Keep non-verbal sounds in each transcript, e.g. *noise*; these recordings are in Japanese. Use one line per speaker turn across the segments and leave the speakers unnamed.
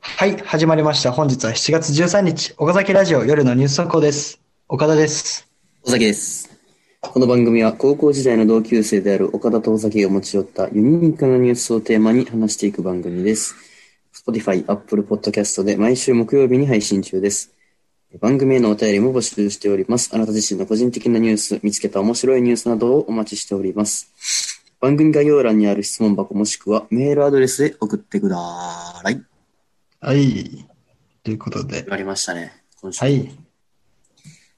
はい、始まりました。本日は7月13日、岡崎ラジオ夜のニュース速報です。岡田です。
尾崎です。この番組は高校時代の同級生である岡田と尾崎が持ち寄ったユニークなニュースをテーマに話していく番組です。Spotify、Apple Podcast で毎週木曜日に配信中です。番組へのお便りも募集しております。あなた自身の個人的なニュース、見つけた面白いニュースなどをお待ちしております。番組概要欄にある質問箱もしくはメールアドレスで送ってください。
はい。ということで
言。われましたね。今週
はい。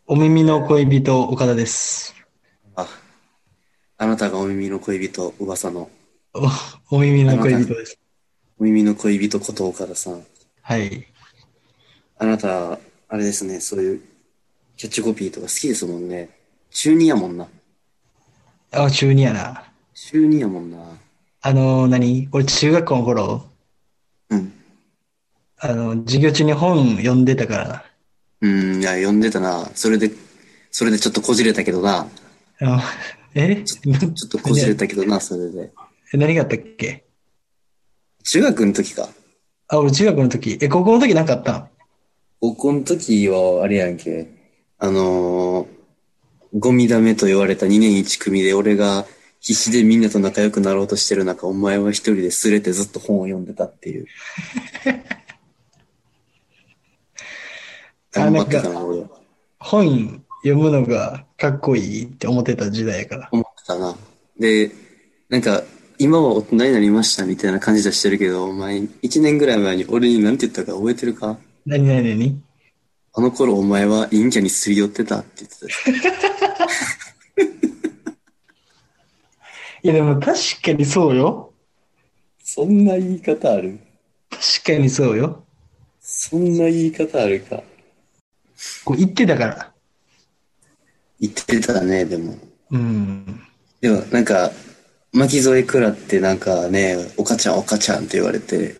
お耳の恋人、岡田です。
ああなたがお耳の恋人、噂の
お、お耳の恋人です。
お耳の恋人こと岡田さん。
はい。
あなた、あれですね、そういうキャッチコピーとか好きですもんね。中二やもんな。
あ、中二やな。
中二やもんな。
あの、何俺中学校の頃、
うん。
あの、授業中に本読んでたからな。
うん、いや、読んでたな。それで、それでちょっとこじれたけどな。
あのえ *laughs*
ちょっとこじれたけどな、それで。
何があったっけ
中学の時か。
あ、俺中学の時。え、高校の時なんかあったん
高校の時は、あれやんけ。あのーゴミダメと言われた2年1組で、俺が必死でみんなと仲良くなろうとしてる中、お前は一人ですれてずっと本を読んでたっ
*laughs*
ていう。
あ
頑張
なん
っ
か
てたな、俺は。
本読むのがかっこいいって思ってた時代やから。
思ってたな。で、なんか、今は大人になりましたみたいな感じ出してるけど、お前、1年ぐらい前に俺に何て言ったか覚えてるか
何何何
あの頃お前は陰キャにすり寄ってたって言ってた。
いやでも確かにそうよ。
*laughs* そんな言い方ある
確かにそうよ。
そんな言い方あるか。
こう言ってたから。
言ってたね、でも。
うん。
でも、なんか、巻き添え食らって、なんかね、おかちゃんおかちゃんって言われて、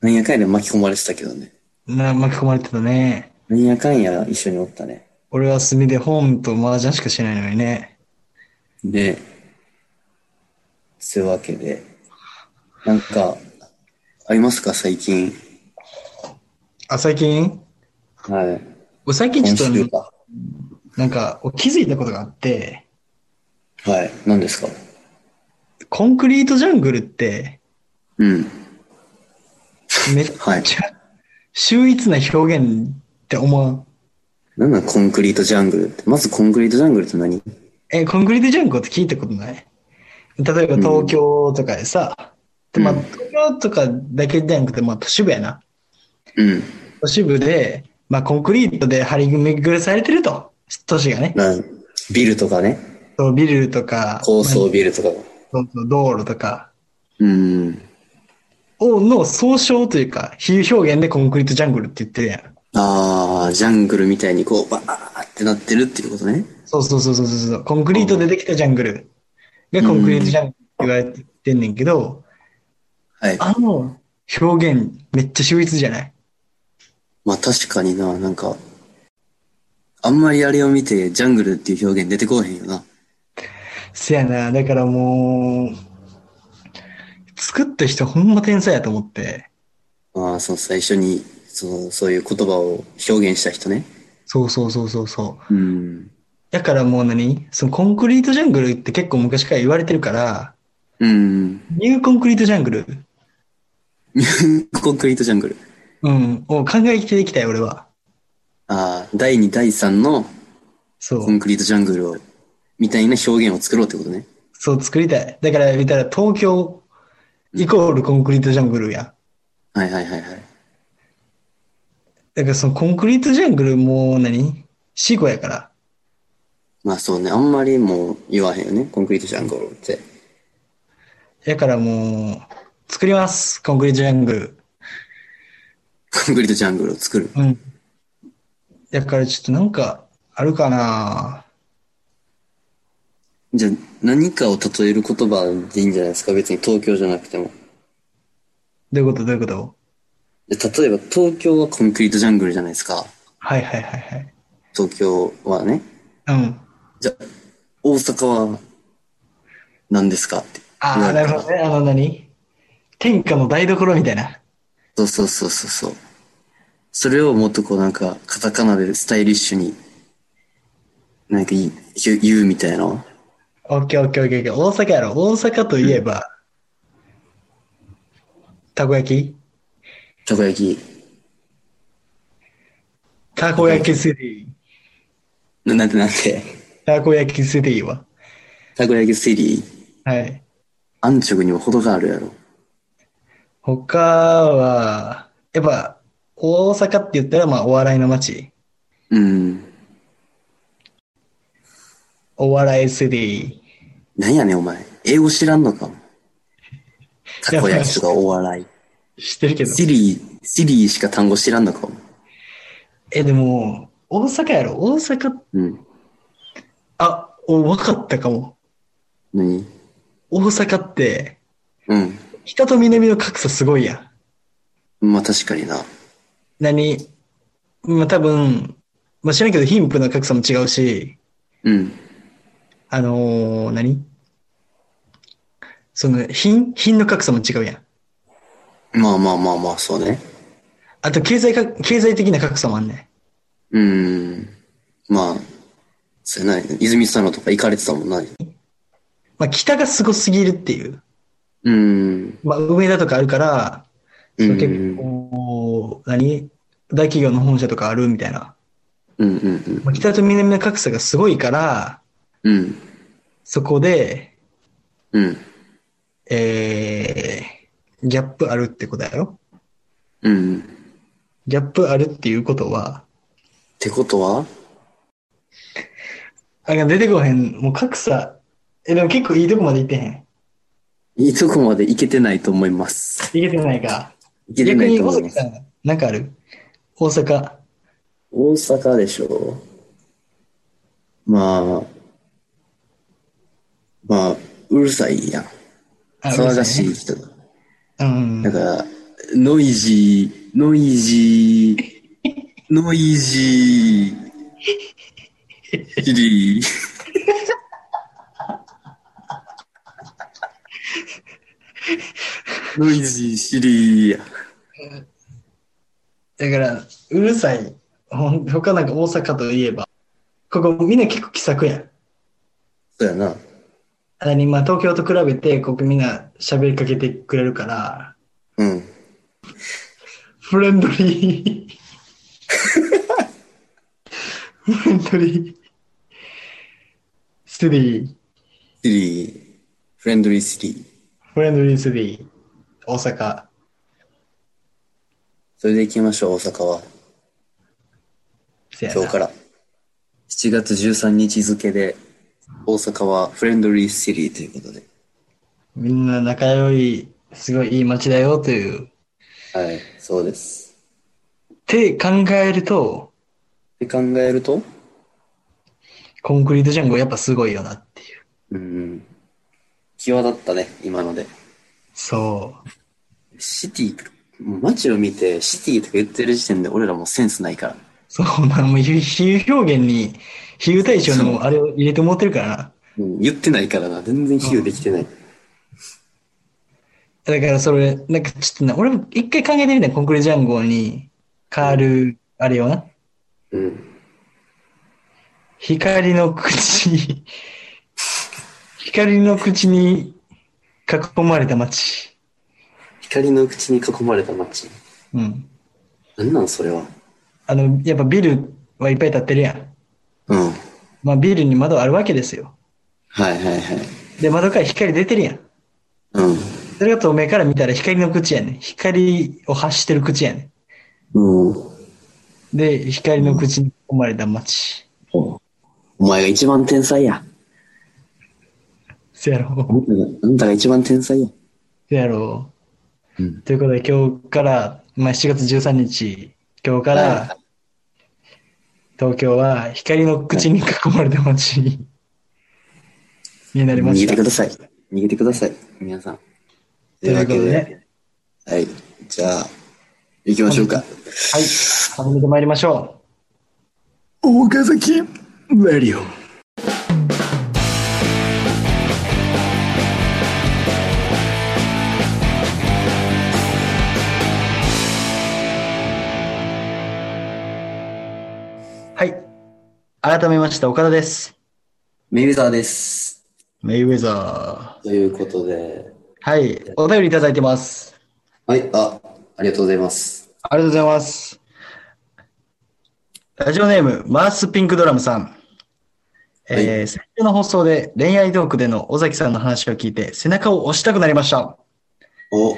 なんやかんやで巻き込まれてたけどね。
な、巻き込まれてたね。
なんやかんや一緒におったね。
俺は炭で本と麻雀しかしないのにね。
で、そういうわけで、なんか、ありますか、最近。
あ、最近
はい。
俺最近
今
ちょ
週
っと、
か。
なんか、俺気づいたことがあって、
はい。何ですか
コンクリートジャングルって、
うん。
めっち
はい
ゃ、秀逸な表現って思わん。
なんなんコンクリートジャングルって。まずコンクリートジャングルって何
え、コンクリートジャングルって聞いたことない例えば東京とかでさ、でまあ、
うん
東京とかだけじゃなくて、まあ、都市部やな。
うん。
都市部で、まあ、コンクリートで張り巡らされてると。都市がね。
なんビルとかね。
そうビルとか、
高層ビルとか。
まあそう道路とか
うん。
をの総称というか、比喩表現でコンクリートジャングルって言ってるやん。
ああ、ジャングルみたいにこう、バーってなってるっていうことね。
そうそうそうそうそう。コンクリートでできたジャングルがコンクリートジャングルって言われてんねんけど、
はい。
あの表現めっちゃ秀逸じゃない
まあ確かにな、なんか、あんまりあれを見て、ジャングルっていう表現出てこうへんよな。
せやな、だからもう、作った人ほんま天才やと思って。
まあ、その最初に、その、そういう言葉を表現した人ね。
そうそうそうそうそう。
うん。
だからもう何そのコンクリートジャングルって結構昔から言われてるから、
うん。
ニューコンクリートジャングル、
コンクリートジャングル。
うん、を考えていきたい、俺は。
ああ、第2、第3の
そ
コ
う。
ンクリートジャングルを、みたいな表現を作ろうってことね。
そう作りたい。だから見たら東京イコールコンクリートジャングルやん。
はいはいはいはい。
だからそのコンクリートジャングルもう何死語やから。
まあそうね、あんまりもう言わへんよね、コンクリートジャングルって。
だからもう、作ります、コンクリートジャングル。
コンクリートジャングルを作る。
うん。だからちょっとなんか、あるかな
じゃあ、何かを例える言葉でいいんじゃないですか別に東京じゃなくても。
どういうことどういうこと
で例えば、東京はコンクリートジャングルじゃないですか。
はいはいはいはい。
東京はね。
うん。
じゃあ、大阪は何ですかって。
ああ、なるほどね。あの何天下の台所みたいな。
そうそうそうそうそう。それをもっとこうなんか、カタカナでスタイリッシュに、なんか言い言う言うみたいな。
オッケーオッケーオッケーオッケー。大阪やろ。大阪といえば、たこ焼き
たこ焼き。
たこ焼きシティ。
ななんてなんて。
たこ焼きシティは。
たこ焼きセリー。
はい。
安直にも程があるやろ。
他は、やっぱ、大阪って言ったら、まあ、お笑いの街。
うん。
お笑いシティ。
なんやねんお前。英語知らんのかたこ焼きとかお笑い。
知ってるけど。
シリー、シリーしか単語知らんのか
え、でも、大阪やろ。大阪、
うん。
あ、お、わかったかも。
何
大阪って、
うん。
北と南の格差すごいやん。
まあ確かにな。
何まあ、多分、まあ、知らんけど、貧富の格差も違うし、
うん。
あのー何その、貧、貧の格差も違うやん。
まあまあまあまあ、そうね。
あと、経済か、経済的な格差もあんねん。
うん。まあ、そうやな。泉佐野とか行かれてたもんな。
まあ、北がすごすぎるっていう。
うん。
まあ、梅田とかあるから、
う
そ
ん
の結構、何大企業の本社とかあるみたいな。
うんうん
まあ、北と南の格差がすごいから、
うん。うん。
そこで、
うん。
えー、ギャップあるってことやろ
うん。っ
ギャップあるっていうことは、
てことは
あ、出てこへん。もう格差。え、でも結構いいとこまで行ってへん。
いいとこまで行けてないと思います。
いけてないか。
行けて
逆
ない
に
と
大
思い
阪
ま
さ
す。
ん、なんかある大阪。
大阪でしょまあ、まあ、うるさいやん。
あ
騒がし。
う
い
る
人だ。
さいねうん
だ。から、ノイジー、ノイジー、ノイジー、シリー。ノイジー、シリーや。
だから、うるさい。ほん他なんか大阪といえば、ここみんな結構気さくやん。
そうやな。
何まあ東京と比べて、ここみんな喋りかけてくれるから、
うん。
フレンド
*laughs*
リー。フレンドリー。スリー。
シリー、フレンドリーシリー。
フレンドリースリー。大阪。
それで行きましょう、大阪は。
せやな
今日から。7月13日付で、大阪はフレンドリーシリーということで。
みんな仲良い、すごいいい街だよという。っ
はい、そうです。
て考えると、
って考えると、
コンクリートジャンゴやっぱすごいよなっていう。
うん、際立ったね、今ので。
そう。
シティ、もう街を見てシティとか言ってる時点で俺らもうセンスないから。
そう、まあもう比比喩表現に、比喩対象のあれを入れてもってるからな。
うん、言ってないからな、全然比喩できてない。
だからそれ、なんかちょっとな、俺も一回考えてみたいコンクリートジャンゴに変わる、あれよな。
うん。
光の口に、光の口に囲まれた街。
光の口に囲まれた街。
うん。
なんなんそれは。
あの、やっぱビルはいっぱい建ってるやん。
うん。
まあ、ビルに窓あるわけですよ。
はいはいはい。
で、窓から光出てるやん。
うん。
それが透明から見たら光の口やねん。光を発してる口やね
うん。
ん。で、光の口に囲まれた街。
お前が一番天才や。
せや
あ
ろ。
んたがあんたが一番天才や。
せやろ。
うん。
ということで、今日から、まあ、7月13日、今日か
は
ら、東京は光の口に囲まれた街になりま
逃
し
げ
た
てく。ださい。逃げてください。皆さん。
ということで
はい。じゃあ、行きましょうか。
はい。始めてまいりましょ
大岡崎ラディオ。
う。はい。改めまして、岡田です。
メイウェザーです。
メイウェザ
ということで、
ー。はい。お便りいただいてます。
はい、あ、ありがとうございます。
ありがとうございます。ラジオネーム、マースピンクドラムさん。えー先週の放送で恋愛トークでの尾崎さんの話を聞いて背中を押したくなりました。
お、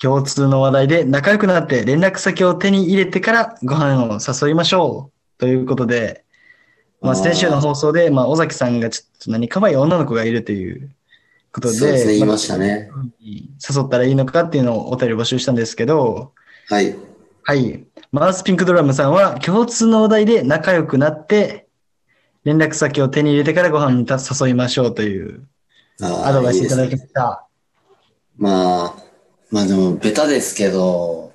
共通の話題で仲良くなって連絡先を手に入れてからご飯を誘いましょう。ということで、まあ、
あー
先週の放送で、まあ、尾崎さんがちょっと何かわいい女の子がいるということで、
そうですね、言い
ま
ま
あ
したね。
誘ったらいいのかっていうのをお便り募集したんですけど、
はい。
はい。マウスピンクドラムさんは共通のお題で仲良くなって、連絡先を手に入れてからご飯に誘いましょうという
あ
アドバイスいただき
き
ました。
まあ、まあでも、ベタですけど、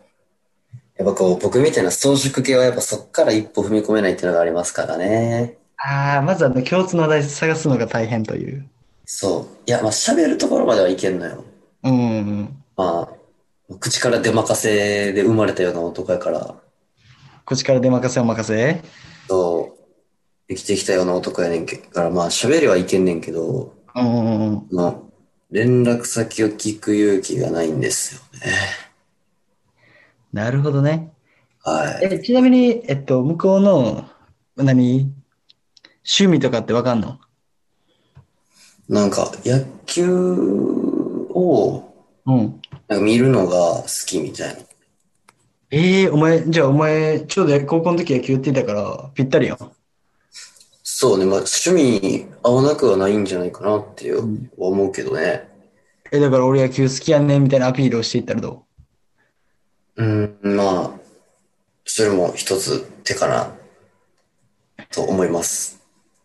やっぱこう、僕みたいな装飾系はやっぱそっから一歩踏み込めないっていうのがありますからね。
ああ、まずあの共通のお題探すのが大変という。
そう。いや、まあ喋るところまではいけんのよ。
うん。
まあ、口から出まかせで生まれたような男やから、
こっちから出任せお任せ。
そう、生きてきたような男やねんけから、まあ喋りはいけんねんけど、
うん。
まあ、連絡先を聞く勇気がないんですよね。
なるほどね。
はい。
え、ちなみに、えっと、向こうの、何趣味とかってわかんの
なんか、野球を、
うん。
なんか見るのが好きみたいな。
ええお前、じゃあお前、ちょうど高校の時野球やってたから、ぴったりやん。
そうね、まあ趣味に合わなくはないんじゃないかなっていう思うけどね。
え、だから俺野球好きやねんみたいなアピールをしていったらど
うん、まあ、それも一つ手かな、と思います。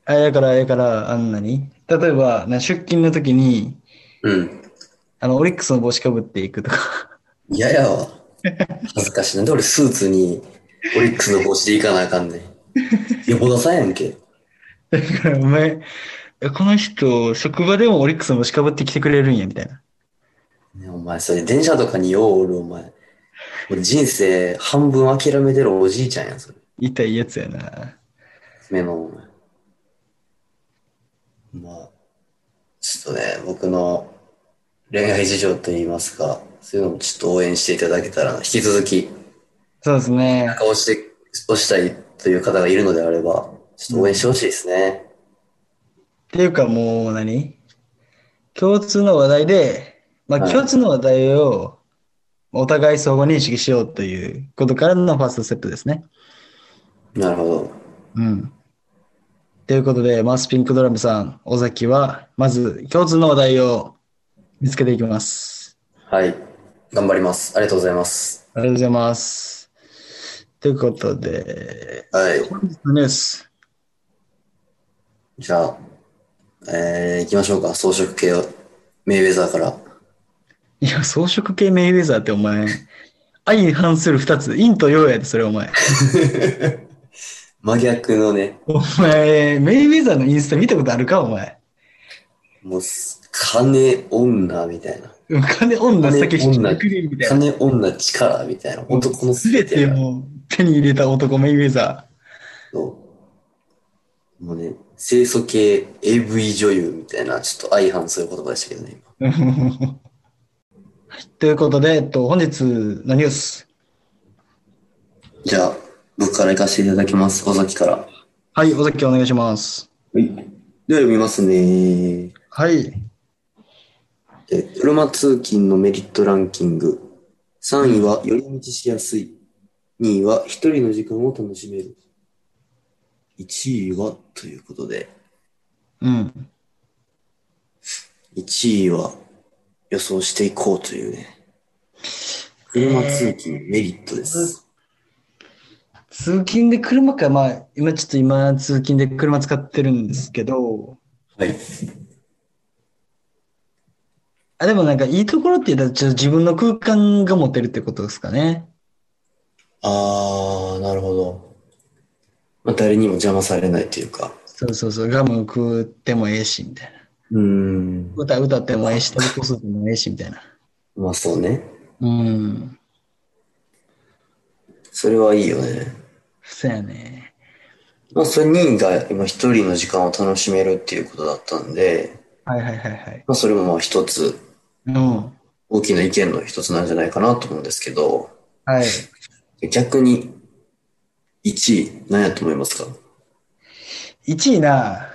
うえ、だから、だから、あんなに例えば、な出勤の時に、
うん。
あの、オリックスの帽子かぶっていくとか。 *laughs*
嫌やわ。恥ずかしい。なんで俺スーツにオリックスの帽子で行かなあかんね *laughs* ん。よぼださんやんけ。
だから、お前、この人、職場でもオリックスの帽子かぶってきてくれるんや、みたいな。
ねお前、それ電車とかにようおる、お前。俺人生半分諦めてるおじいちゃんやん、それ。
痛いやつやな。
目の、お前。まあ、ちょっとね、僕の恋愛事情といいますか、そういうのもちょっと応援していただけたらな、引き続き、
そうですね。
押して、押したいという方がいるのであれば、ちょっと応援してほしいですね。
っていうかもう何共通の話題で、まあ、
はい
共通の話題をお互い相互認識しようということからのファーストステップですね。
なるほど。
うん。ということで、マウスピンクドラムさん、尾崎は、まず共通の話題を見つけていきます。
はい。頑張ります。ありがとうございます。
ありがとうございます。ということで、
はい。
本日のニュース。
じゃあ、えー、行きましょうか。装飾系を。メイウェザーから。
いや、装飾系メイウェザーってお前、相反する二つ、陰と陽やで、それお前。
真逆のね、
お前、メイウェザーのインスタ見たことあるかお前。
もうす、金女みたいな。
金女先引きくれみたいな。
金女力みたいな。男の
すべ
全
て
てが。
もう手に入れた男メイウェザ
そうもうね、清楚系 AV 女優みたいな、ちょっと相反する言葉でしたけどね、今。
ー。 *laughs* はいということで、えっと、本日のニュース。
じゃあ、僕から行かせていただきます。尾崎から。
はい、尾崎お願いします。
はい。では読みますね。
はい。
え車通勤のメリットランキング。3位は寄り道しやすい。2位は一人の時間を楽しめる。1位はということで、
うん。
1位は予想していこうというね。車通勤のメリットです。
通勤で車か、まあ、今ちょっと今通勤で車使ってるんですけど、
はい。
あ、でもなんかいいところって言ったらちょっと自分の空間が持てるってことですかね。
あー、なるほど。まあ、誰にも邪魔されないというか。
そうそうそう、ガム食ってもええし、みたいな。
うーん。
歌歌ってもえ *laughs* えし、タバコ吸ってもええし、みたいな。
まあそうね。
うん。
それはいいよね。
そうやね。
まあ、それ2位が今一人の時間を楽しめるっていうことだったんで、
はいはいはいはい。
まあ、それもまあ一つ
うん。
大きな意見の一つなんじゃないかなと思うんですけど、
はい。
逆に1位何やと思いますか
1位な。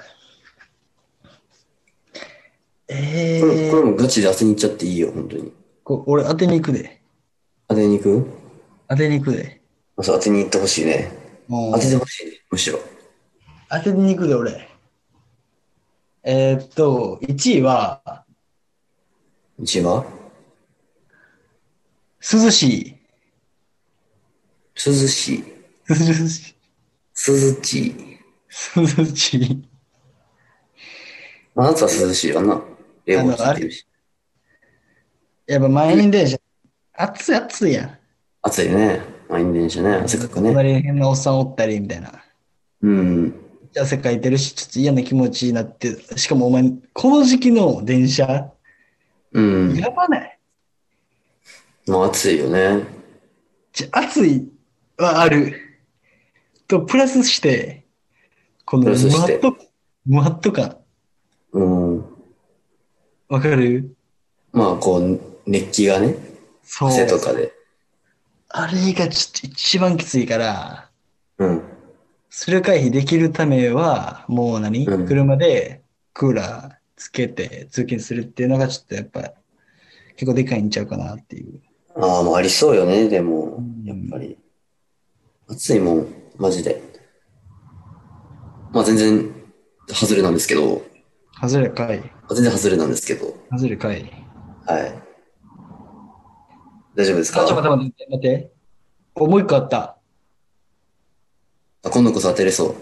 え
これ
ー
これもガチで当てに行っちゃっていいよ、本当に。
こ俺当てに行くで。
当てに行く
当てに行くで。
まあそう当てに行ってほしいね。
もう
当ててほしいね、むしろ。
当てに行くで俺。えーっと、1位は、
1位は
涼し
涼しい。
い。涼しい。
涼しい。
涼しい。
まあ、夏は涼しいわな。冷房効いてるし。
やっぱ満員電車、暑い暑いやん。
暑いね。満員電車ね。汗かくね。
隣に変なおっさんおったりみたいな。
うん。
汗かいてるし、ちょっと嫌な気持ちになって、しかもお前、この時期の電車、
うん。
やばない。
まあ、暑いよね。
ち暑いはある。と、プラスして、この
プ
ム
ラ
ハ
スして
ッと、ムハッと感。
うん。
わかる
まあ、こう、熱気がね、
そう。
汗とかで。
あれがちょっと一番きついから、
うん。
それを回避できるためは、もう何、
うん
車でクーラーつけて通勤するっていうのがちょっとやっぱ、結構でかいんちゃうかなっていう。
ああ、まあ、ありそうよね、でも
ん、
やっぱり。暑いもん、マジで。まあ、全然、外れなんですけど、
外れかい。
全然外れなんですけど、
外れかい。
はい。大丈夫です
あ、ちょ
か
っと待って待って、待って。お、もう一個あった。
あ今度こそ当てれそ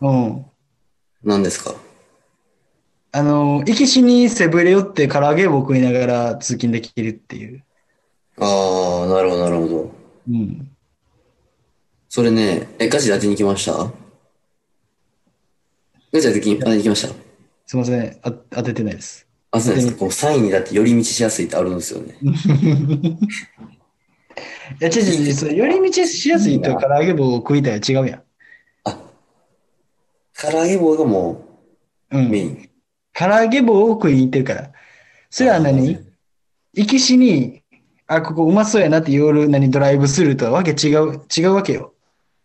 うん。
う。何ですか
あの、行きしにセブレ寄って唐揚げを食いながら通勤できるっていう。
ああ、なるほど、なるほど。
うん。
それね、え、ガチで当てに来ましたガチで当てに当てに来ました
すいません。あ当ててないです。
あ、そうなんですか。こう、サインにだって寄り道しやすいってあるんですよね。
いや、違う違う違うそれ寄り道しやすいと唐揚げ棒を食いたいは違うや
唐揚げ棒がも
ん。う
うメイ
ん。
ン。
唐揚げ棒を食いに行ってるから。それは何行きしに、あ、ここうまそうやなって夜何ドライブするとはわけ違う、違うわけよ。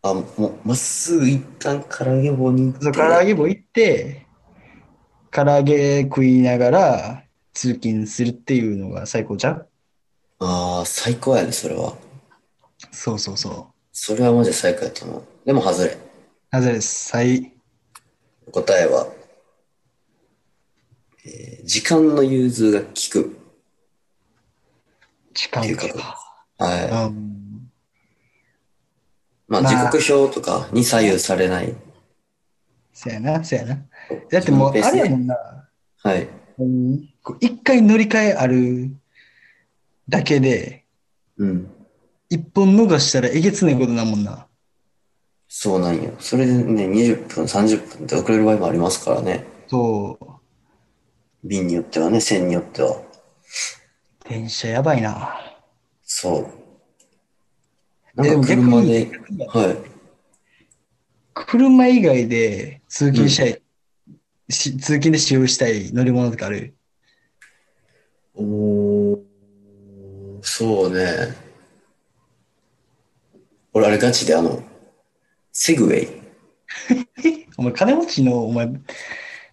あ、もう、まっすぐ一旦唐揚げ棒に行って
そう、唐揚げ棒行って、唐揚げ食いながら通勤するっていうのが最高じゃん
ああ、最高やね、それは。
そうそうそう。
それはマジで最高やと思う。でも外れ。
なぜです。はい。
答えは、えー時間の融通が効く。
時間
っていう
か。
はい。
うん。
まあ、
まあ
時刻表とかに左右されない。
そやな、そやな。だってもう、あれやもんな。
はい。
うんこう一回乗り換えあるだけで、
うん。
一本逃したらえげつないことなもんな。
そうなんよ。それでね、20分、30分って遅れる場合もありますからね。
そう。
便によってはね、線によっては。
電車やばいな。
そう。
え
なんか
でも
車
逆
で、
に
はい。
車以外で通勤したい、し通勤で使用したい乗り物とかある
おそうね。俺、あれガチであの、セグウェイ。
お前金持ちの、お前、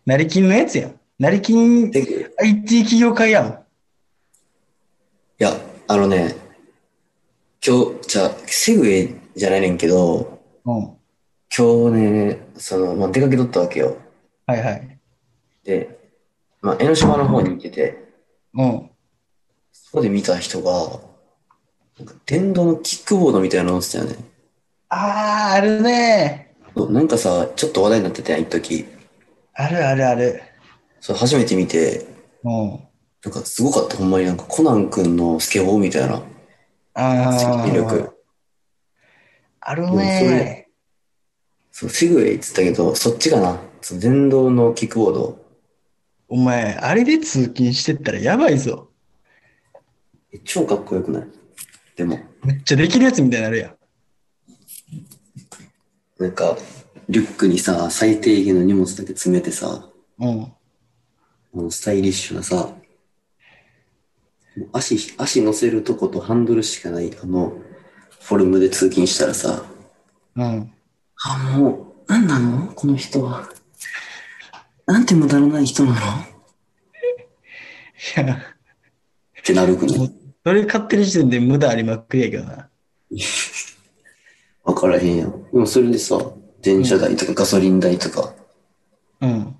成金のやつやん。成金
セグウェイ。い
IT 企業家やん。
や、あのね、今日、じゃあセグウェイじゃないねんけど、
うん。
今日ね、その、まあ、出かけとったわけよ。
はいはい。
で、まあ、江ノ島の方に行ってて、
うん。
そこで見た人が、なんか電動のキックボードみたいなの乗ってたよね。
あー、あるね。
そうなんかさ、ちょっと話題になってたやん、一時。
あるあるある。
それ初めて見て、
うん。
なんかすごかった、ほんまになんかコナン君のスケボーみたいな
あ
威
ー。
力。
ある
うんそれ
ね。
そう、セグウェイっつったけど、そっちかな。その電動のキックボード。
お前、あれで通勤してったらやばいぞ。
え超かっこよくないでも、
めっちゃできるやつみたいになるやん。
なんか、リュックにさ、最低限の荷物だけ詰めてさ、
うん。
あのスタイリッシュなさ、もう足、足乗せるとことハンドルしかない、あの、フォルムで通勤したらさ、
うん。
あ、もう、なんなのこの人は。なんて無駄のない人なのっ
いや、
てなるくない
それ買ってる時点で無駄ありまくりやけどな。
わからへんやん。でもそれでさ、電車代とかガソリン代とか
うん。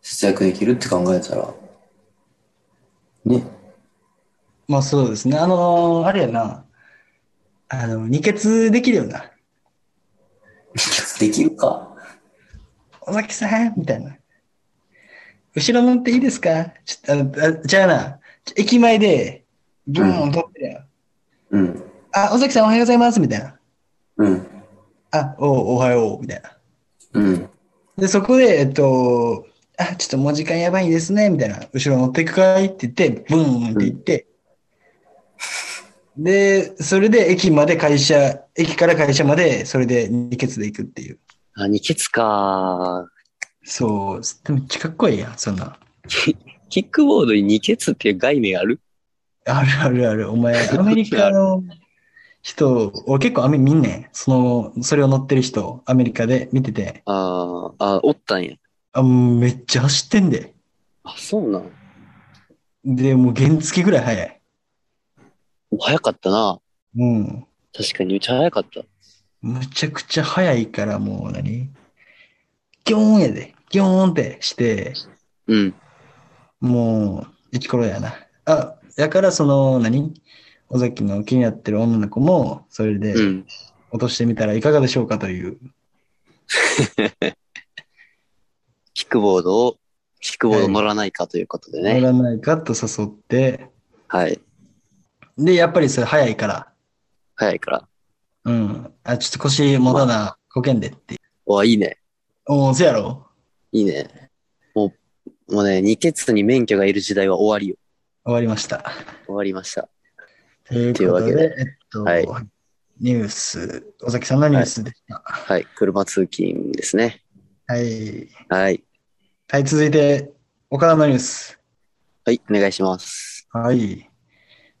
節約できるって考えたら、ね、 *laughs*
まあそうですね。あのーあれやな。あの、二血できるよな。
できるか。
尾崎さんみたいな。後ろ乗っていいですかちょっと、あの、あじゃあな、ちょ駅前で、ブーン撮ってるやん。
うん、
あ、尾崎さんおはようございます、みたいな。
うん、
あ、おう、おはよう、みたいな。
うん。
で、そこで、えっと、あ、ちょっともう時間やばいですね、みたいな。後ろ乗ってくかいって言って、ブーンって言って。で、それで駅まで会社、駅から会社まで、それで二ケツで行くっていう。
あ、二ケツか。
そう、でもめっちゃかっこいいやん、そんなん。
キックボードに二ケツっていう概念ある
あるあるある。
*laughs*
お前、アメリカの人、俺結構アメ見んねん。その、それを乗ってる人、アメリカで見てて、
あーあ、おったんや。
あ、もうめっちゃ走ってんで。
あ、そうなん。
で、もう原付ぐらい速い。
早かったな。
うん。
確かに、めっちゃ早かった。
むちゃくちゃ速いから、もう何ギョーンやで。ギョーンってして、
うん。
もう、生き頃やな。あ、だからその、何尾崎の気になってる女の子も、それで
うん。
落としてみたらいかがでしょうかという。
キックボードを、キックボード乗らないかということで
乗
ね。
らないかと誘って、
はい。
で、やっぱりそれ早いから、
早いから。
うん。あ、ちょっと腰もたな、こけんでって。
わ、いいね。
おお、せやろ。
いいね。もう、もうね、二ケツに免許がいる時代は終わりよ。
終わりました。
終わりました。
という
という
こ
わ
と
け
で
で、
えっと、
はい
ニュース、尾崎さんのニュースでした。は
はい。車通勤ですね。
い。
はい。
はい、続いて、岡田のニュース。
はい、お願いし
*laughs*
ます。
はい。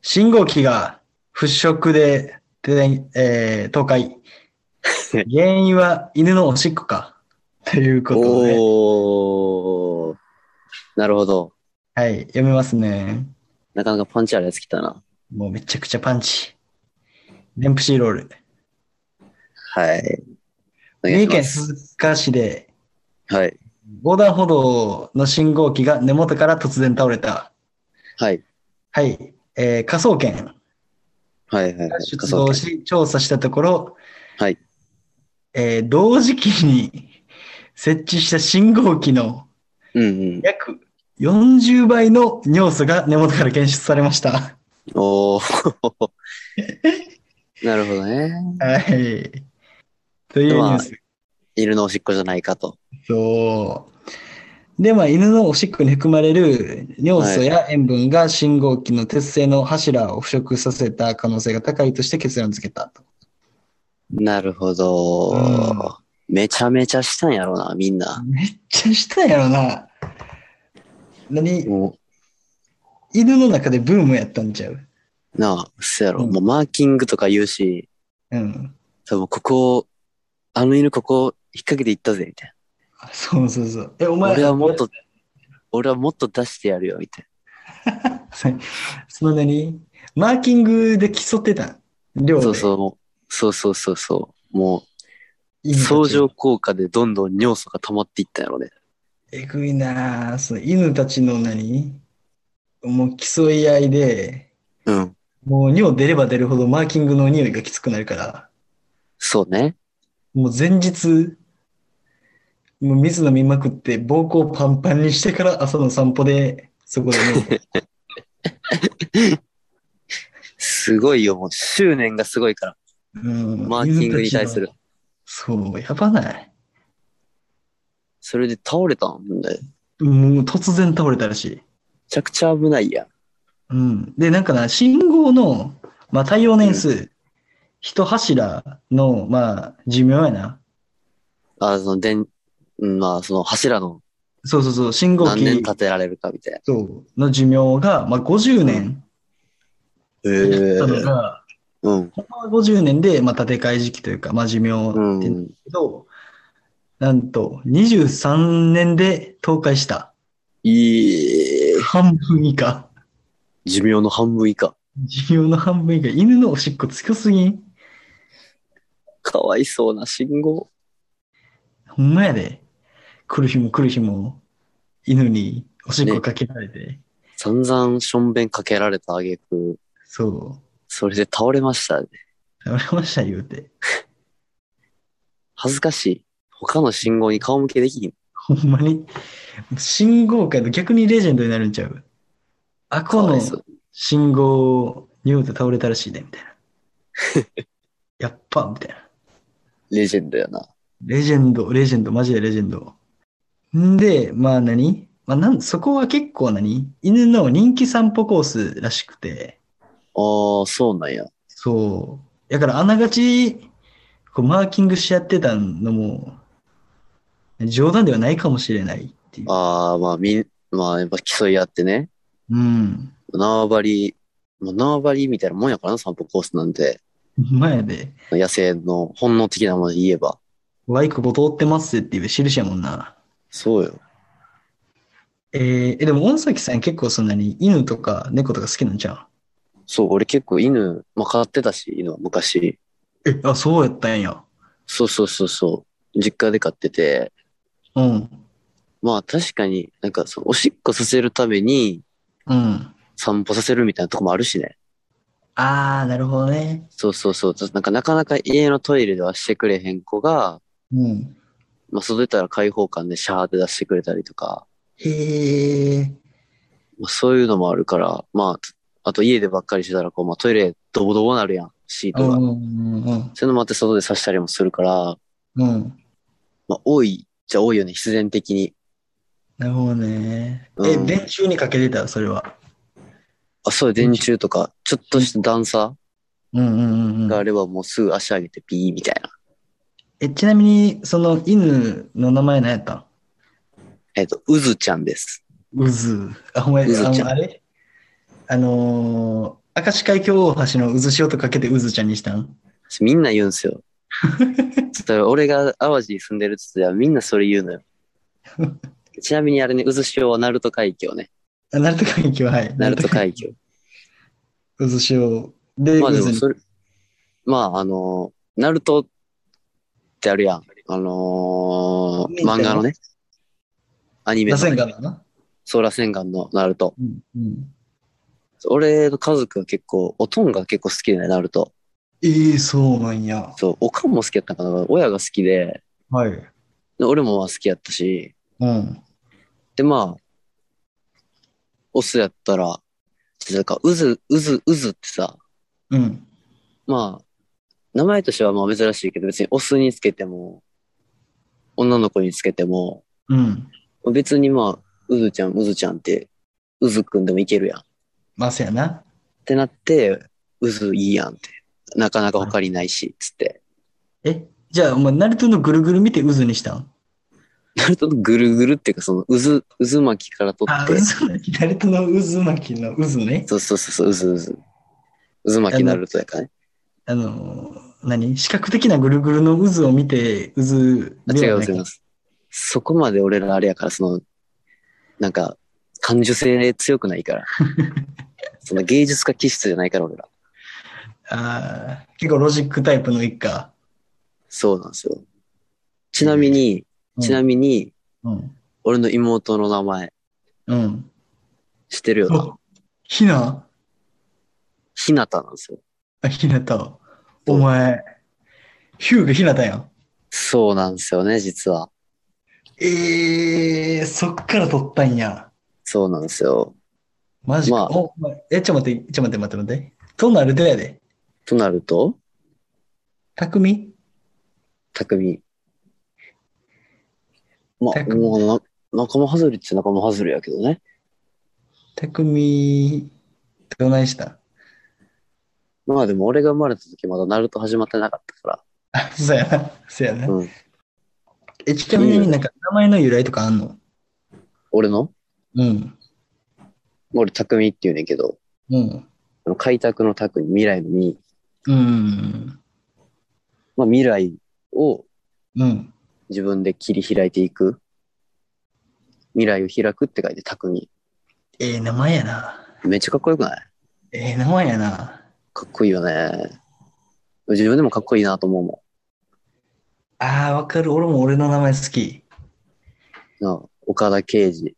信号機が払拭で、でえー、倒壊。原因は犬のおしっこか。ということで、
おー。なるほど。
はい、読みますね。
なかなかパンチあるやつ来たな。
もうめちゃくちゃパンチ。デンプシーロール。
はい。お願
三
い
重
しま
県
す。
鈴鹿市で、
はい。
横断歩道の信号機が根元から突然倒れた。
はい。
はい。えー科捜研
はい。はい。は
が
い。
出動し、調査したところ、
はい。
えー同時期に設置した信号機の
うんうん。
約40倍の尿素が根元から検出されました。
おー。 *laughs* なるほどね。
はい。というニュース。
犬のおしっこじゃないかと。
そう。で、まあ、犬のおしっこに含まれる尿素や塩分が信号機の鉄製の柱を腐食させた可能性が高いとして結論付けたと。
なるほど、
うん
めちゃめちゃしたんやろうな、みんな。
めっちゃしたんやろな。何
も
犬の中でブームやったんちゃう
う、なあ、そうやろ。
うん
もうマーキングとか言うし、
うん。
多分ここ、あの犬ここ引っ掛けていったぜ、みたい
そうそうそう。え、お
な。
前、
俺はもっと、俺はもっと出してやるよ、みたい
その何マーキングで競ってた量
な。
で
そうそう、もうそうそうそうそう。もう、
犬たち
相乗効果でどんどん尿素が溜まっていったんやろうね。
えぐいなぁ。その犬たちの何もう競い合いで、
うん。
もう尿出れば出るほどマーキングの匂いがきつくなるから、
そうね。
もう前日、もう水飲みまくって膀胱パンパンにしてから朝の散歩で、そこでね、
すごいよ、もう執念がすごいから。 *laughs*
うん、
マーキングに対する。
そう、やばない。
それで倒れたんで、め
もう突然倒れたらしい。
ちゃくちゃ危ないやん。
うん。で、なんかな、信号の、まあ、耐用年数、一柱の、まあ、寿命やな。
あ、その、でん、うんまあ、その柱の
そうそうそう、信号
何年
機
建てられるかみたい
そうの寿命が、まあ、50年
な。
だった
へ
の
え。
が、
うん。
この50年で、まあ、建て替え時期というか、まあ、寿命って言うんだ
うん。
けど、なんと、23年で倒壊した。
いい。
半分以下。
寿命の半分以下。
寿命の半分以下。犬のおしっこ強すぎん
かわいそうな信号。
ほんまやで。来る日も来る日も、犬におしっこかけられて。
散々しょんべんかけられた挙句、
そ
それで倒れましたね。
う。倒れました、言うて。
恥ずかしい。他の信号に顔向けできひん。
ほんまに。信号界の逆にレジェンドになるんちゃうあ、
か
こ
わ
の
いそう。
信号によって倒れたらしいで、みたいな。やっぱ、みたいな。
レジェンドやな。
レジェンド、レジェンド、マジでレジェンド。んで、まあ何まあなん、そこは結構何犬の人気散歩コースらしくて、
ああ、そうなんや。
そう。だからあながち、こうマーキングし合ってたのも、冗談ではないかもしれないっていう。
ああ、まあ、みん、まあ、やっぱ競い合ってね。
うん。
縄張り、まあ、縄張りみたいなもんやからな、散歩コースなんて。
前で、
野生の本能的なもので言えば。
ワイここ通ってますっていう印やもんな。
そうよ。
えー、えでも、大崎さん結構そんなに犬とか猫とか好きなんじゃん
そう、俺結構犬、まあ、飼ってたし、犬は昔。
え、あ、そうやったんや。
そうそうそうそう。実家で飼ってて。
うん。
まあ、確かになんか、そのおしっこさせるために
うん。
散歩させるみたいなとこもあるしね。
あー、なるほどね。
そうそうそう。なんか、なかなか家のトイレではしてくれへん子が、
うん。
まあ、外出たら開放感でシャーって出してくれたりとか、
へえ。
まあ、そういうのもあるから、まあ、あと家でばっかりしてたら、こう、まあ、トイレドボドボなるやん、シー
う
トが。
んうん
そういうのもあって外でさしたりもするから、
うん。うん。
まあ、多いじゃ多いよね、必然的に。
なるほどね。え、
うん
電柱にかけてたそれは。
あ、そう、電柱とか、ちょっとした段差
うんうんうんう
があ
ん。
ればもうすぐ足上げてピーみたいな。
え、ちなみに、その犬の名前何やった
えっ、と、うずちゃんです。
うず。あ、お前、
うず
あ
ちゃん
の、あれあのー、明石海峡大橋のうずしおとかけてうずちゃんにしたん
みんな言うん
*laughs*
すよ。それ俺が淡路に住んでるっつってはみんなそれ言う
*laughs*
のよ。ちなみにあれね、うずしおは鳴門海峡ね。
あ、鳴門海峡、はい。
鳴門海峡。
うずしお。で、
まあで
うず
も
に
それ、まああのー、ナルトってあるやん。あのー漫画のね。アニメ
螺
の、
旋丸だな。
ソーラー洗顔のナルト。
うんうん。
俺の家族は結構、おとんが結構好きでね、ナルト。
ええそうなんや。
そう、おかんも好きやったんかな。親が好きで、
はい。
で俺もまあ好きやったし、
うん。
でまあ、オスやったら、ちょっとなんか、うず、うず、うずってさ、
うん。
まあ、名前としてはまあ珍しいけど、別にオスにつけても、女の子につけても、
うん。
別にまあ、うずちゃん、うずちゃんって、うずくんでもいけるやん。っ
まあ、せやな。
てなって、うずいいやんって。なかなか他にないし、つって。
え、じゃあ、お前、ナルトのぐるぐる見て渦にしたん
なるとぐるぐるっていうか、その、うず、うず巻きから取
あ、
って、
渦巻 *laughs* き、ナルトの渦巻きの渦ね。
そうそうそうそう、うずうず。うず巻きなるとやからね。
あのー、何視覚的なぐるぐるの渦を見て、渦
あ、違
では
う、
ない
違います。そこまで俺らあれやから、その、なんか、感受性強くな
*laughs*
いから。その芸術家気質じゃないから、俺ら。
あー結構ロジックタイプの一家。
そうなんですよ。ちなみに、ちなみに、
みに。
俺の妹の名前、
うん。うん。
知ってるよな。
あひな
ひなたなんですよ。
あ、ひなた。お前、ヒューがひなたやん。
そうなんですよね、実は。
ええー、そっから取ったんや。
そうなんですよ。
マジか。
まあ
お前え、ちょっと待って、ちょっと待って、待って、待って。となるとやで。
となると、
匠
たくみ。まあ、
匠
もうな、仲間外れっちゃ仲間外れやけどね。
匠、どないした *laughs*
まあでも俺が生まれた時まだナルト始まってなかったか
あ、そうやな。そうやな。
ら。うん。
え、ちなみになんか名前の由来とかあんの
俺の
うん。
俺、匠って言うねんけど、
うん。
あの開拓の拓に未来のに、
うん。
まあ、未来を
うん。
自分で切り開いていく。未来を開くって書いて匠。
ええ名前やな。
めっちゃかっこよくない
ええ名前やな。
かっこいいよね。自分でもかっこいいなと思うも
ああ、わかる。俺も俺の名前好き。
ん。なあ岡田圭司。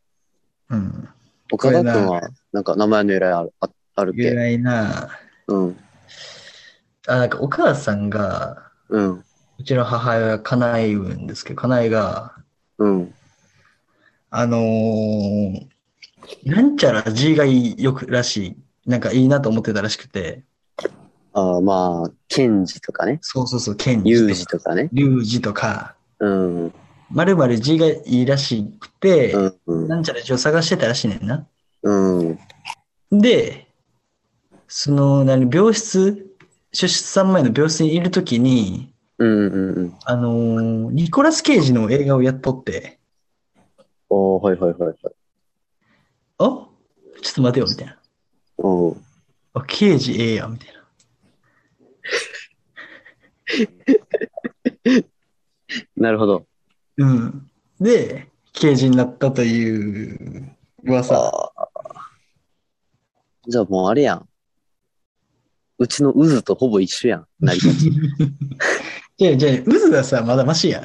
うん。
岡田君は、なんか名前の由来あるああるっ
由
け
来な。
うん。
あ、なんかお母さんが、
うん。
うちの母親、家内うんですけど、家内が、
うん。
あのーなんちゃら G がいいよくらしい。なんかいいなと思ってたらしくて。
ああまあ、賢治とかね。
そうそうそう、ケン
有
ジ
治とかね。
リュウジとか、
うん。うん。
まるまる G がいいらしくて、
うん
なんちゃら G を探してたらしいねんな。
うん。
で、その、何、病室、出産前の病室にいるときに、
うんうんうん。
あのーニコラス・ケイジの映画をやっとって、
おーはいはいはいはい。
あちょっと待てよ、みたいな。
おー
あ、ケイジええやん、みたいな。
なるほど。
うん。で、刑事になったという噂。
ああ。じゃあもうあれやん。うちの渦とほぼ一緒やん。な
*laughs*
りき
じゃあ、じゃあ、渦はさ、まだマシや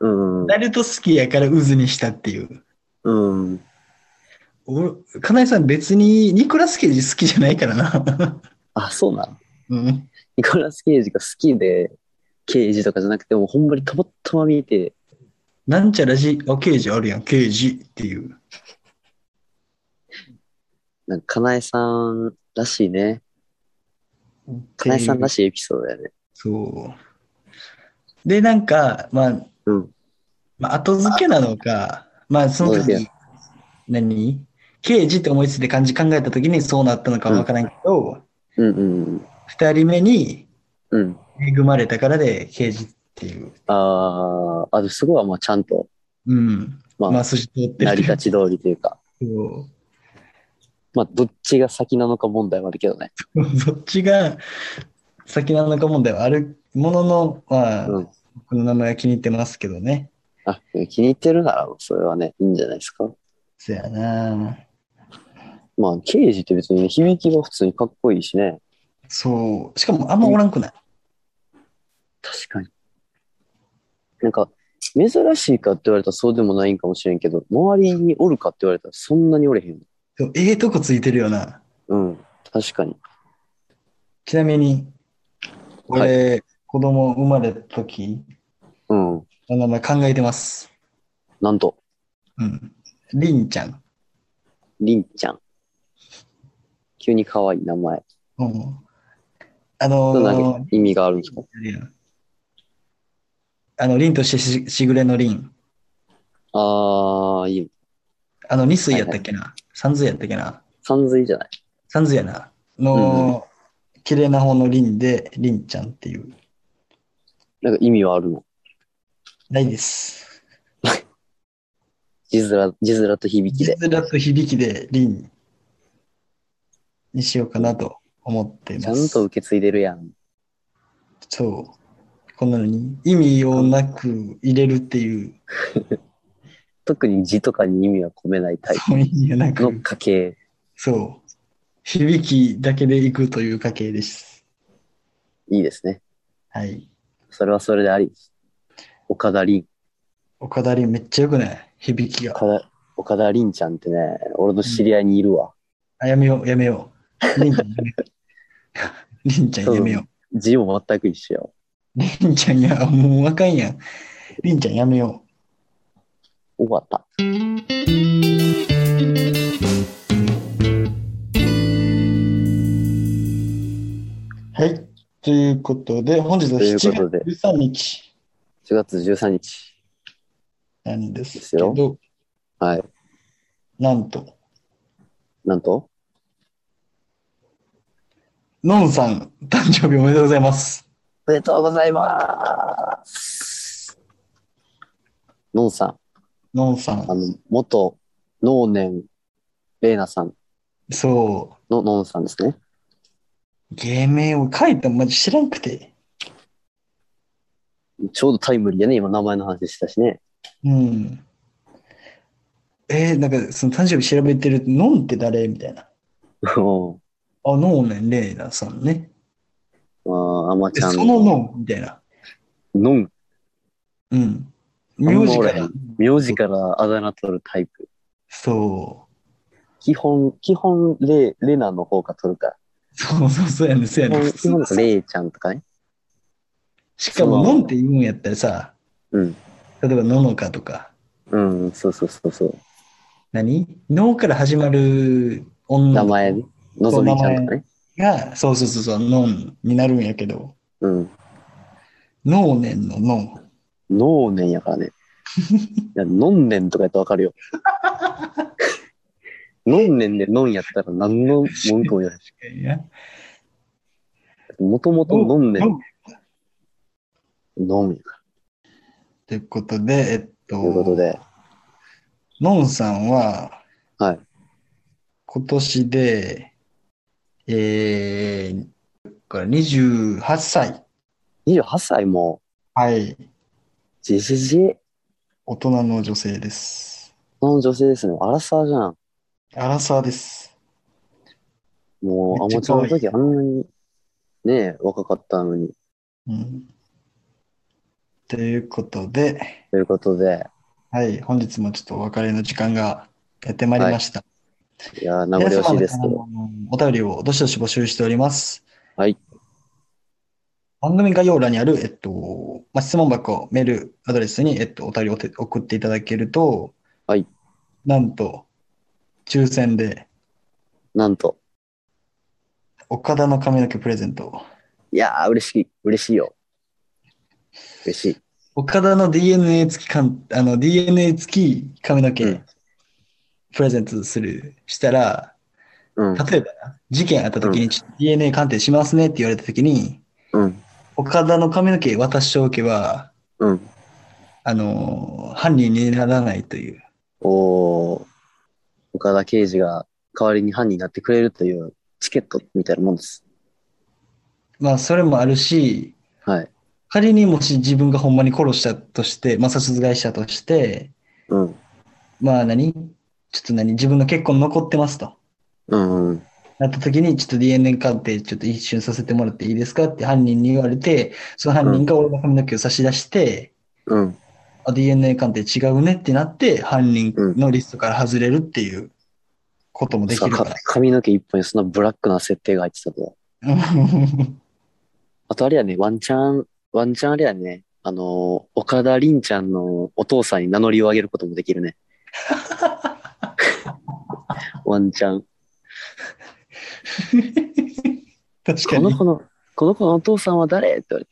ん。
うん。
ナルト好きやから渦にしたっていう。
うん。
お、金井さん別にニコラス・ケイジ好きじゃないからな。 *laughs*
あ、そうなの
うん。
ニコラス・ケイジが好きで、ケイジとかじゃなくて、もうほんまにたまたま見て、
なんちゃらじ、あ、ケイジあるやん、ケイジっていう。
なんか、かなえさんらしいね。かなえさんらしいエピソードだよね。
そう。で、なんか、まあ、
うん
まあ、後付けなのか、まあ、その
後付
時、何刑事って思いついて漢字考えた時にそうなったのかわからんけど、
うんうん
二、人目に
うん。うん。
恵まれたからで刑事っていう。
あーあ、でもすごい、まあ、ちゃんと、
うん。
まあ、
まあ、筋通って
成り
る。
立ち通りというか、
*laughs*
*laughs*
そ
まあ、どっちが先なのか問題はあるけどね。
うそっちが先なのか問題はあるものの、まあ、
うん。
僕の名前は気に入ってますけどね。
あ、気に入ってるなら、それはね、いいんじゃないですか。
そやな
まあ、刑事って別に、ね、響きが普通にかっこいいしね。
そう。しかもあんまおらんくない。
確かに。なんか、珍しいかって言われたらそうでもないんかもしれんけど、周りにおるかって言われたらそんなにおれへん。
そうええとこついてるよな。
うん、確かに。
ちなみに、俺、子供生まれた時
うん、
の名前考えてます。
なんと、
うん。りんちゃん。
りんちゃん。急に可愛い名前。
うん。あの
何
ー、
意味があるんですか
あの、りんとしてししぐれのりん。
あー、いい。
あの、二水やったっけな。三水やったっけな。
さんずいじゃない。
三水やな。の、綺麗な方のりんで、りんちゃんっていう。
なんか意味はあるの。
ないです。
字面、字面と響き
字
で。
面と響きで、りんにしようかなと思ってい
ち
ま
ゃ
す。
んと受け継いでるやん。
そう。こんなのに意味をなく入れるっていう、
特に字とかに意味は込めないタイ
そういう意味がな
プの
く、
家系。
そう。響きだけでいくという家系です。
いいですね。
はい。
それはそれであり。岡田凛。
岡田凛めっちゃよくない響きが。
岡田、岡田凛ちゃんってね、俺の知り合いにいるわ。
あ、やめよう、やめよう。凛ちゃんやめよう。 *laughs* 凛ちゃんやめよ
字も全く一緒よ。
う。凛ちゃんや、もうあかんやん。凛ちゃんやめよう。
終わった。
はい。ということで、本日は7月
ということで
13日
4月13日。
なんです
です
けど
よ、はい。
なんと、
なんと、
のんさん、誕生日おめでとうございます。
おめでとうございます。のんさん、
ノンさん
あ。の、元、能年、玲奈さん
そ
ののんさんですね。
う。芸名を書いたのマジ知らんくて。
ちょうどタイムリーやね、今名前の話したしね。 *laughs*
うん。えー、なんかその誕生日調べてると、ノンって誰みたいな。
お
あ、ノーメン・レイナさんね。
ーあー、あま
え
ちゃん
そのノンみたいな。
のん、
うん。
あん
名
ま
字
お
からら
へん。名字からあだ名取るタイプ。
そ
基本、基本、レ、レナの方が取るか
う。そうそう、そうやねん、そうやね
ら。
ん。
基本、レイちゃんとかね。
しかも、ノンって言うんやったらさ、
うん。
例えば、ノノカとか、
うん、そうそうそうそう。
何ノーから始まる女
名前ね。のぞみちゃんとかね。
が、そうそうそうそう、ノンになるんやけど、
うん。
ノーネンのノン。
能年や *laughs* からね。いや、のんねんとかやったらわ *laughs* かるよ。のんねんでのんやったら何の文句も言わない。
いや、
もともとのんねん、のんやから。
ということで、えっと、
ということで、
ノンさんは、
はい。
今年で、えー、これ28歳。
28歳も、
はい。
じじじ、
大人の女性です。
の女性ですね。アラサーじゃん。
アラサーです。
もう、
め
あ
っちゃ
まちゃんの
可愛
時あんなに、ねえ、若かったのに。
うん。ということで、
ということで、
はい。本日もちょっとお別れの時間がやってまいりました。
いやー、名残惜しいですけ
皆
ど。
様のあのお便りをどしどし募集しております。
はい。
番組概要欄にある、えっと、まあ、質問箱、メールアドレスに、えっと、お便りをて送っていただけると、
はい。
なんと、抽選で、
なんと。
岡田の髪の毛プレゼントを。
いやー、嬉しい。嬉しいよ。嬉しい。
岡田の DNA 付きかん、あの、DNA 付き髪の
う
毛
ん、
プレゼントする、したら、
うん。
例えばな、事件あった時に、ちょっと DNA 鑑定しますねって言われた時に、
うん。
岡田の髪の毛渡しておけば、
うん。
あのー、犯人にならないという。
おー、岡田刑事が代わりに犯人になってくれるというチケットみたいなもんです。
まあ、それもあるし、
はい。
仮にもし自分がほんまに殺したとして、まあ、殺害したとして、
うん。
まあ何、ちょっと何自分の血痕残ってますと。
うん、うん。
なった時に、ちょっと DNA 鑑定、ちょっと一瞬させてもらっていいですかって犯人に言われて、その犯人が俺の髪の毛を差し出して、
うん。
あ DNA 鑑定違うねってなって、犯人のリストから外れるっていうこともでき
さ
るか。
から髪の毛一本にそんなブラックな設定が入ってたとは。
*laughs*
あとあれやね、ワンチャン、ワンチャンあれやね、あのー、岡田凛ちゃんのお父さんに名乗りを上げることもでき
*laughs*
るね。ワンチャン。
*laughs* 確か
この
に。
子の、この子のお父さんは誰って言われて。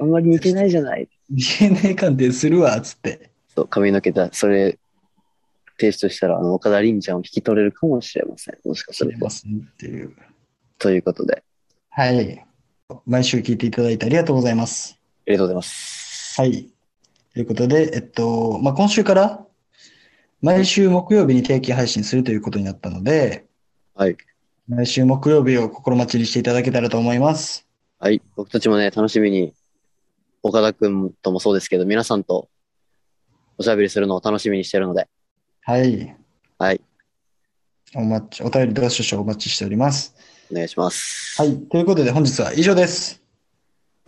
あんまり似てないじゃない。
DNA 鑑定するわ、つって。
そう、髪の毛だ、それ、提出したら、あの、岡田凛ちゃんを引き取れるかもしれません。もしかす
知
る
れ
と
ま。せんっていう。
ということで、あ
はい。毎週聞いていただいてありがとうございます。
りがとうございます。
はい。ということで、えっと、まあ、今週から、毎週木曜日に定期配信するということになったので、
はい。
毎週木曜日を心待ちにしていただけたらと思います。
はい。僕たちもね、楽しみに、岡田くんともそうですけど、皆さんとおしゃべりするのを楽しみにしてるので、
はい。
はい。
お待ち、お便りどしどしお待ちしております。
お願いします。
はい。ということで、本日は以上です。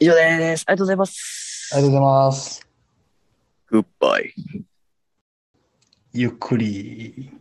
以上です。ありがとうございます。
ありがとうございます。
グッバイ。
ゆっくり。